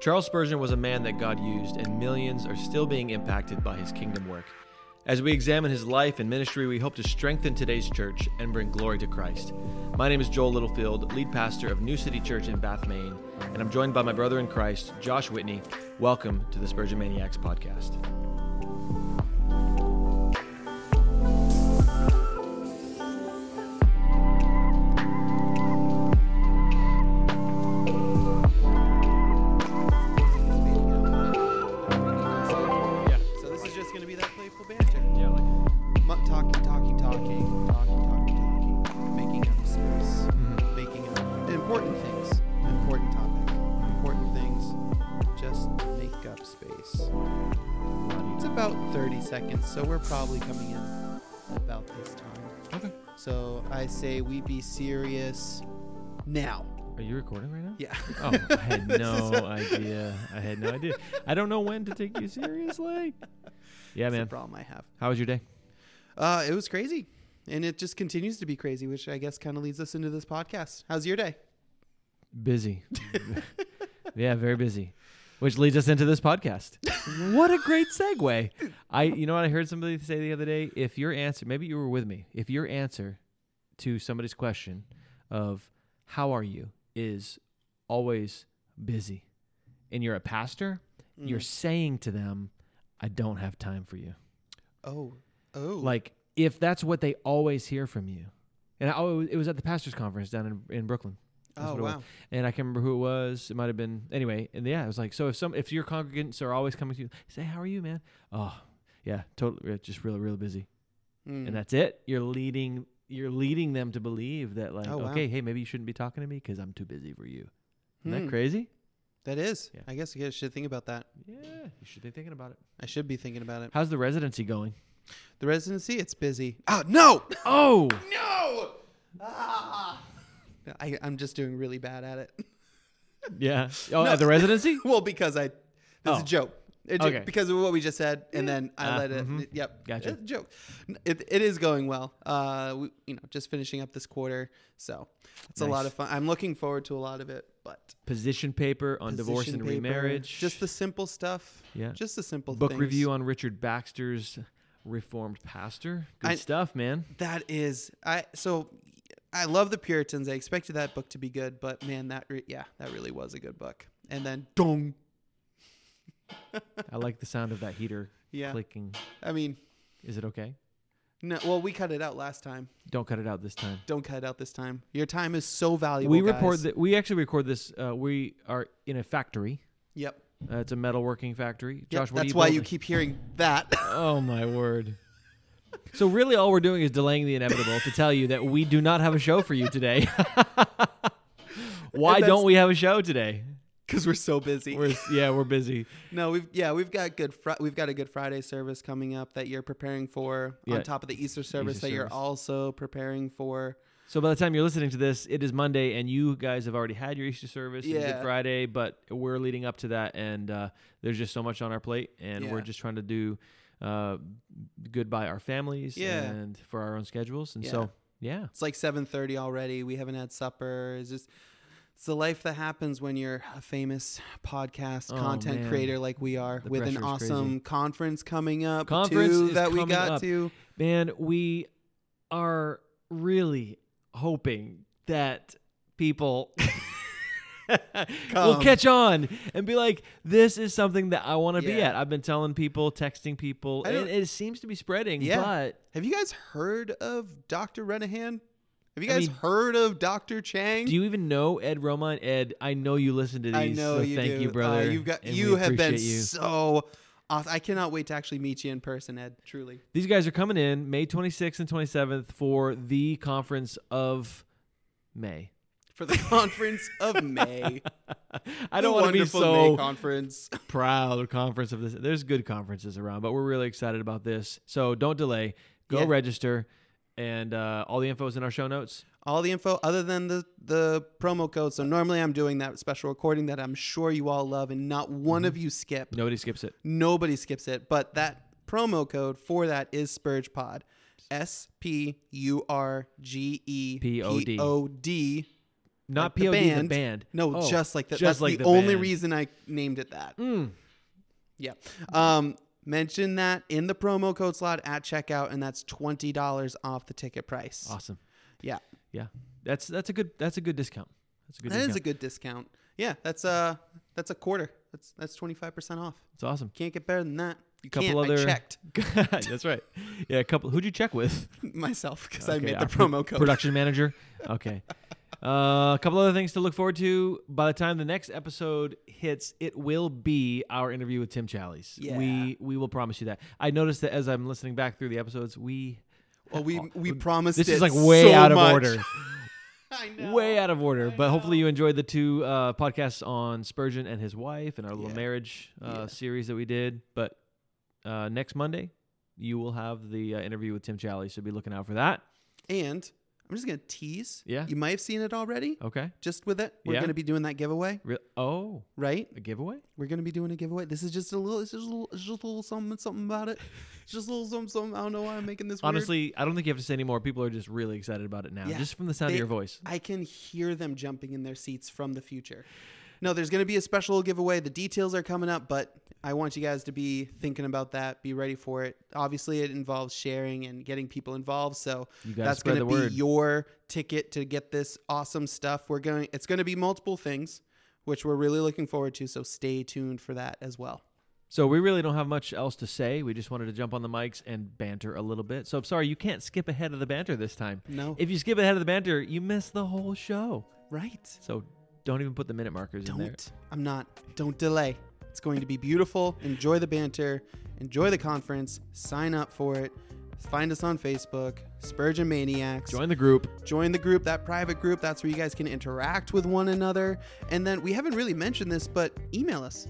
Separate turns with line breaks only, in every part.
Charles Spurgeon was a man that God used, and millions are still being impacted by his kingdom work. As we examine his life and ministry, we hope to strengthen today's church and bring glory to Christ. My name is Joel Littlefield, lead pastor of New City Church in Bath, Maine, and I'm joined by my brother in Christ, Josh Whitney. Welcome to the Spurgeon Maniacs podcast. Yeah,
So this is just gonna be that playful banter.
yeah, like,
Mu- Talking, talking, talking, talking, talking, talking, making up space,
Mhm.
making up important things, important topic, important things. Just make up space. It's about 30 seconds, so we're probably coming in about this time.
okay.
So I say we be serious now.
Are you recording right now?
Yeah.
Oh, I had
This is
no
a-
idea. I had no idea. I don't know when to take you seriously. Yeah,
That's the
man.
problem I have.
How was your day?
Uh, it was crazy, and it just continues to be crazy, which I guess kind of leads us into this podcast. How's your day?
Busy. yeah, very busy. Which leads us into this podcast. what a great segue. I you know what I heard somebody say the other day? If your answer maybe you were with me, if your answer to somebody's question of how are you is always busy and you're a pastor,
Mm-hmm.
you're saying to them, I don't have time for you.
Oh, oh,
Like if that's what they always hear from you. And I always, it was at the pastors conference down in, in Brooklyn. That's
oh
what it was.
wow.
And I can't remember who it was. It might have been anyway. And yeah, it was like so. If some if your congregants are always coming to you, say how are you, man? Oh, yeah, totally. Just really, really busy.
Mm.
And that's it. You're leading you're leading them to believe that like
Oh, wow.
okay, hey, maybe you shouldn't be talking to me because I'm too busy for you. Isn't
Hmm.
that crazy?
That is.
Yeah.
I guess I should think about that.
Yeah, you should be thinking about it.
I should be thinking about it.
How's the residency going?
The residency, it's busy. Oh no,
Oh,
no. Ah. I, I'm just doing really bad at it.
yeah. Oh,
No.
at the residency.
well, because I, that's
Oh.
a joke. It, ju-
Okay.
Because of what we just said, and then I
Ah,
let it.
mhm.
Yep.
Gotcha.
It's a joke. N- It, it is going well. Uh, we, you know, just finishing up this quarter, so it's a lot
Nice.
of fun. I'm looking forward to a lot of it, but
Position paper on divorce and
position paper,
remarriage.
just the simple stuff.
Yeah.
Just the simple
book
things.
review on Richard Baxter's Reformed Pastor. Good
I-
stuff, man.
That is, I so I love the Puritans. I expected that book to be good, but man, that re- yeah, that really was a good book. And then dong.
I like the sound of that heater
Yeah.
clicking.
I mean,
Is it okay?
no. Well, we cut it out last time.
Don't cut it out this time.
Don't cut it out this time. Your time is so valuable.
We
guys.
report that we actually record this. Uh, we are in a factory.
Yep.
Uh, it's a metalworking factory.
Yep,
Josh, what are
that's why you
building?
keep hearing that.
Oh my word. So really, all we're doing is delaying the inevitable to tell you that we do not have a show for you today. why
And that's-
don't we have a show today?
Because we're so busy.
We're s- yeah, we're busy.
no, we've yeah, we've got good fri- we've got a good Friday service coming up that you're preparing for
Yeah.
on top of the Easter service
Easter
that you're
service.
also preparing for.
So by the time you're listening to this, it is Monday, and you guys have already had your Easter service and Good
Yeah.
Friday. But we're leading up to that, and uh, there's just so much on our plate, and we're
Yeah.
just trying to do uh, good by our families
Yeah.
and for our own schedules. And so, yeah,
It's like 7:30 already. We haven't had supper. It's just it's the life that happens when you're a famous podcast
Oh,
content
man.
creator like we are,
The
with an
pressure's
awesome
crazy.
conference coming up
Conference
too,
is
that we
coming
got
up.
to.
man, we are really hoping that people. will
Come.
catch on and be like, this is something that I want to be
Yeah.
at. I've been telling people, texting people,
I
and
don't-
it seems to be spreading.
Yeah.
But
Have you guys heard of Dr. Renahan? Have you
I
guys
mean-
heard of Dr. Chang?
Do you even know Ed Roma and Ed? I know you listen to these.
I know
so
you
Thank
do.
you,
Uh,
brother.
you've got
and
you
we
have been
appreciate you.
so awesome. I cannot wait to actually meet you in person, Ed. Truly.
These guys are coming in May 26th and 27th for the conference of May.
For the conference of May.
I
The
don't want to be
wonderful
so
May conference.
proud of conference of this. There's good conferences around, but we're really excited about this. So don't delay. Go
Yeah.
register, and uh, all the info is in our show notes.
all the info other than the the promo code. So normally I'm doing that special recording that I'm sure you all love and not one
Mm-hmm.
of you skip.
Nobody skips it.
Nobody skips it, but that promo code for that is SpurgePod. S P U R G E
P O D.
O D
Not
Like the
POD, the band.
band. No,
Oh,
just like that.
just
That's
like
the,
the
only
band.
reason I named it that.
Mm.
Yeah. Um, mention that in the promo code slot at checkout, and that's twenty dollars off the ticket price.
Awesome.
Yeah.
Yeah. That's that's a good that's a good discount. That's a good
That
discount.
is a good discount. Yeah, that's a that's a quarter. That's that's twenty five percent off.
it's awesome.
Can't get better than that. You
Couple
can't. I
other-
checked
that's right. Yeah, a couple who'd you check with?
myself because I
Okay,
made the
our pro-
promo code.
Production manager. Okay. Uh, a couple other things to look forward to. By the time the next episode hits, it will be our interview with Tim Challies.
Yeah.
We we will promise you that. I noticed that as I'm listening back through the episodes, we
Well, we we promised
this
it
is like way
so
out of
much.
order.
I know.
Way out of order. But hopefully you enjoyed the two uh, podcasts on Spurgeon and his wife and our little
Yeah.
marriage uh,
Yeah.
series that we did. But uh, next Monday, you will have the uh, interview with Tim Challies. So be looking out for that.
And I'm just gonna tease.
Yeah.
You might have seen it already.
Okay.
Just with it, we're
Yeah.
gonna be doing that giveaway,
Re- oh,
right?
a giveaway?
We're gonna be doing a giveaway. This is just a little. It's just a little. It's just a little something. Something about it. It's just a little something. something. I don't know why I'm making this. weird.
Honestly, I don't think you have to say any more. People are just really excited about it now,
Yeah.
just from the sound
They-
of your voice.
I can hear them jumping in their seats from the future. No, there's going to be a special giveaway. The details are coming up, but I want you guys to be thinking about that. Be ready for it. Obviously, it involves sharing and getting people involved. So
You gotta
that's
spread
going to
the
be
word.
your ticket to get this awesome stuff. We're going. It's going to be multiple things, which we're really looking forward to. So stay tuned for that as well.
So we really don't have much else to say. We just wanted to jump on the mics and banter a little bit. So I'm sorry you can't skip ahead of the banter this time.
No,
If you skip ahead of the banter, you miss the whole show.
right?
So don't even put the minute markers in there.
Don't. I'm not. Don't delay. It's going to be beautiful. Enjoy the banter. Enjoy the conference. Sign up for it. Find us on Facebook, Spurgeon Maniacs.
Join the group.
Join the group, that private group. That's where you guys can interact with one another. And then we haven't really mentioned this, but email us.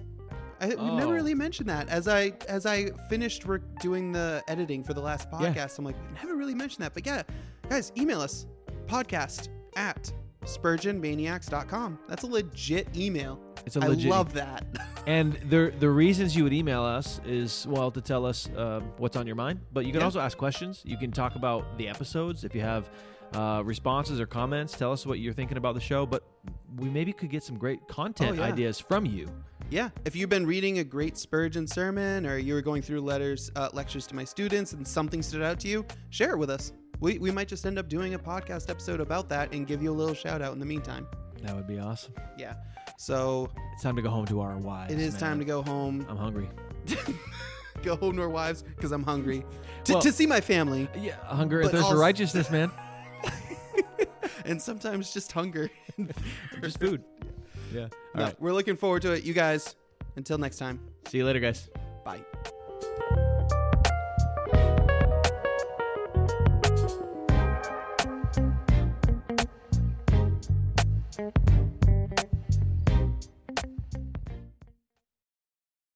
I, We've
Oh.
never really mentioned that. As I as I finished re- doing the editing for the last podcast, I'm like, I never really mentioned that. But yeah, guys, email us podcast at spurgeonmaniacs.com. That's a legit email.
It's a
I
legit.
love that.
and the the reasons you would email us is well to tell us um, what's on your mind, but you can
Yeah.
also ask questions. You can talk about the episodes if you have uh, responses or comments. Tell us what you're thinking about the show, but we maybe could get some great content
yeah.
ideas from you.
Yeah, if you've been reading a great Spurgeon sermon, or you were going through letters, uh, lectures to my students, and something stood out to you, share it with us. We, we might just end up doing a podcast episode about that and give you a little shout out in the meantime.
That would be awesome.
Yeah. So
It's time to go home to our wives.
it is time to go home.
I'm hungry.
Go home to our wives because I'm hungry. To,
Well-
to see my family,
Yeah, hunger
and
and thirst
But thirst for also-
for righteousness, man.
and sometimes just hunger.
Just food. Yeah. All
No,
right.
We're looking forward to it, you guys. Until next time,
See you later, guys.
bye.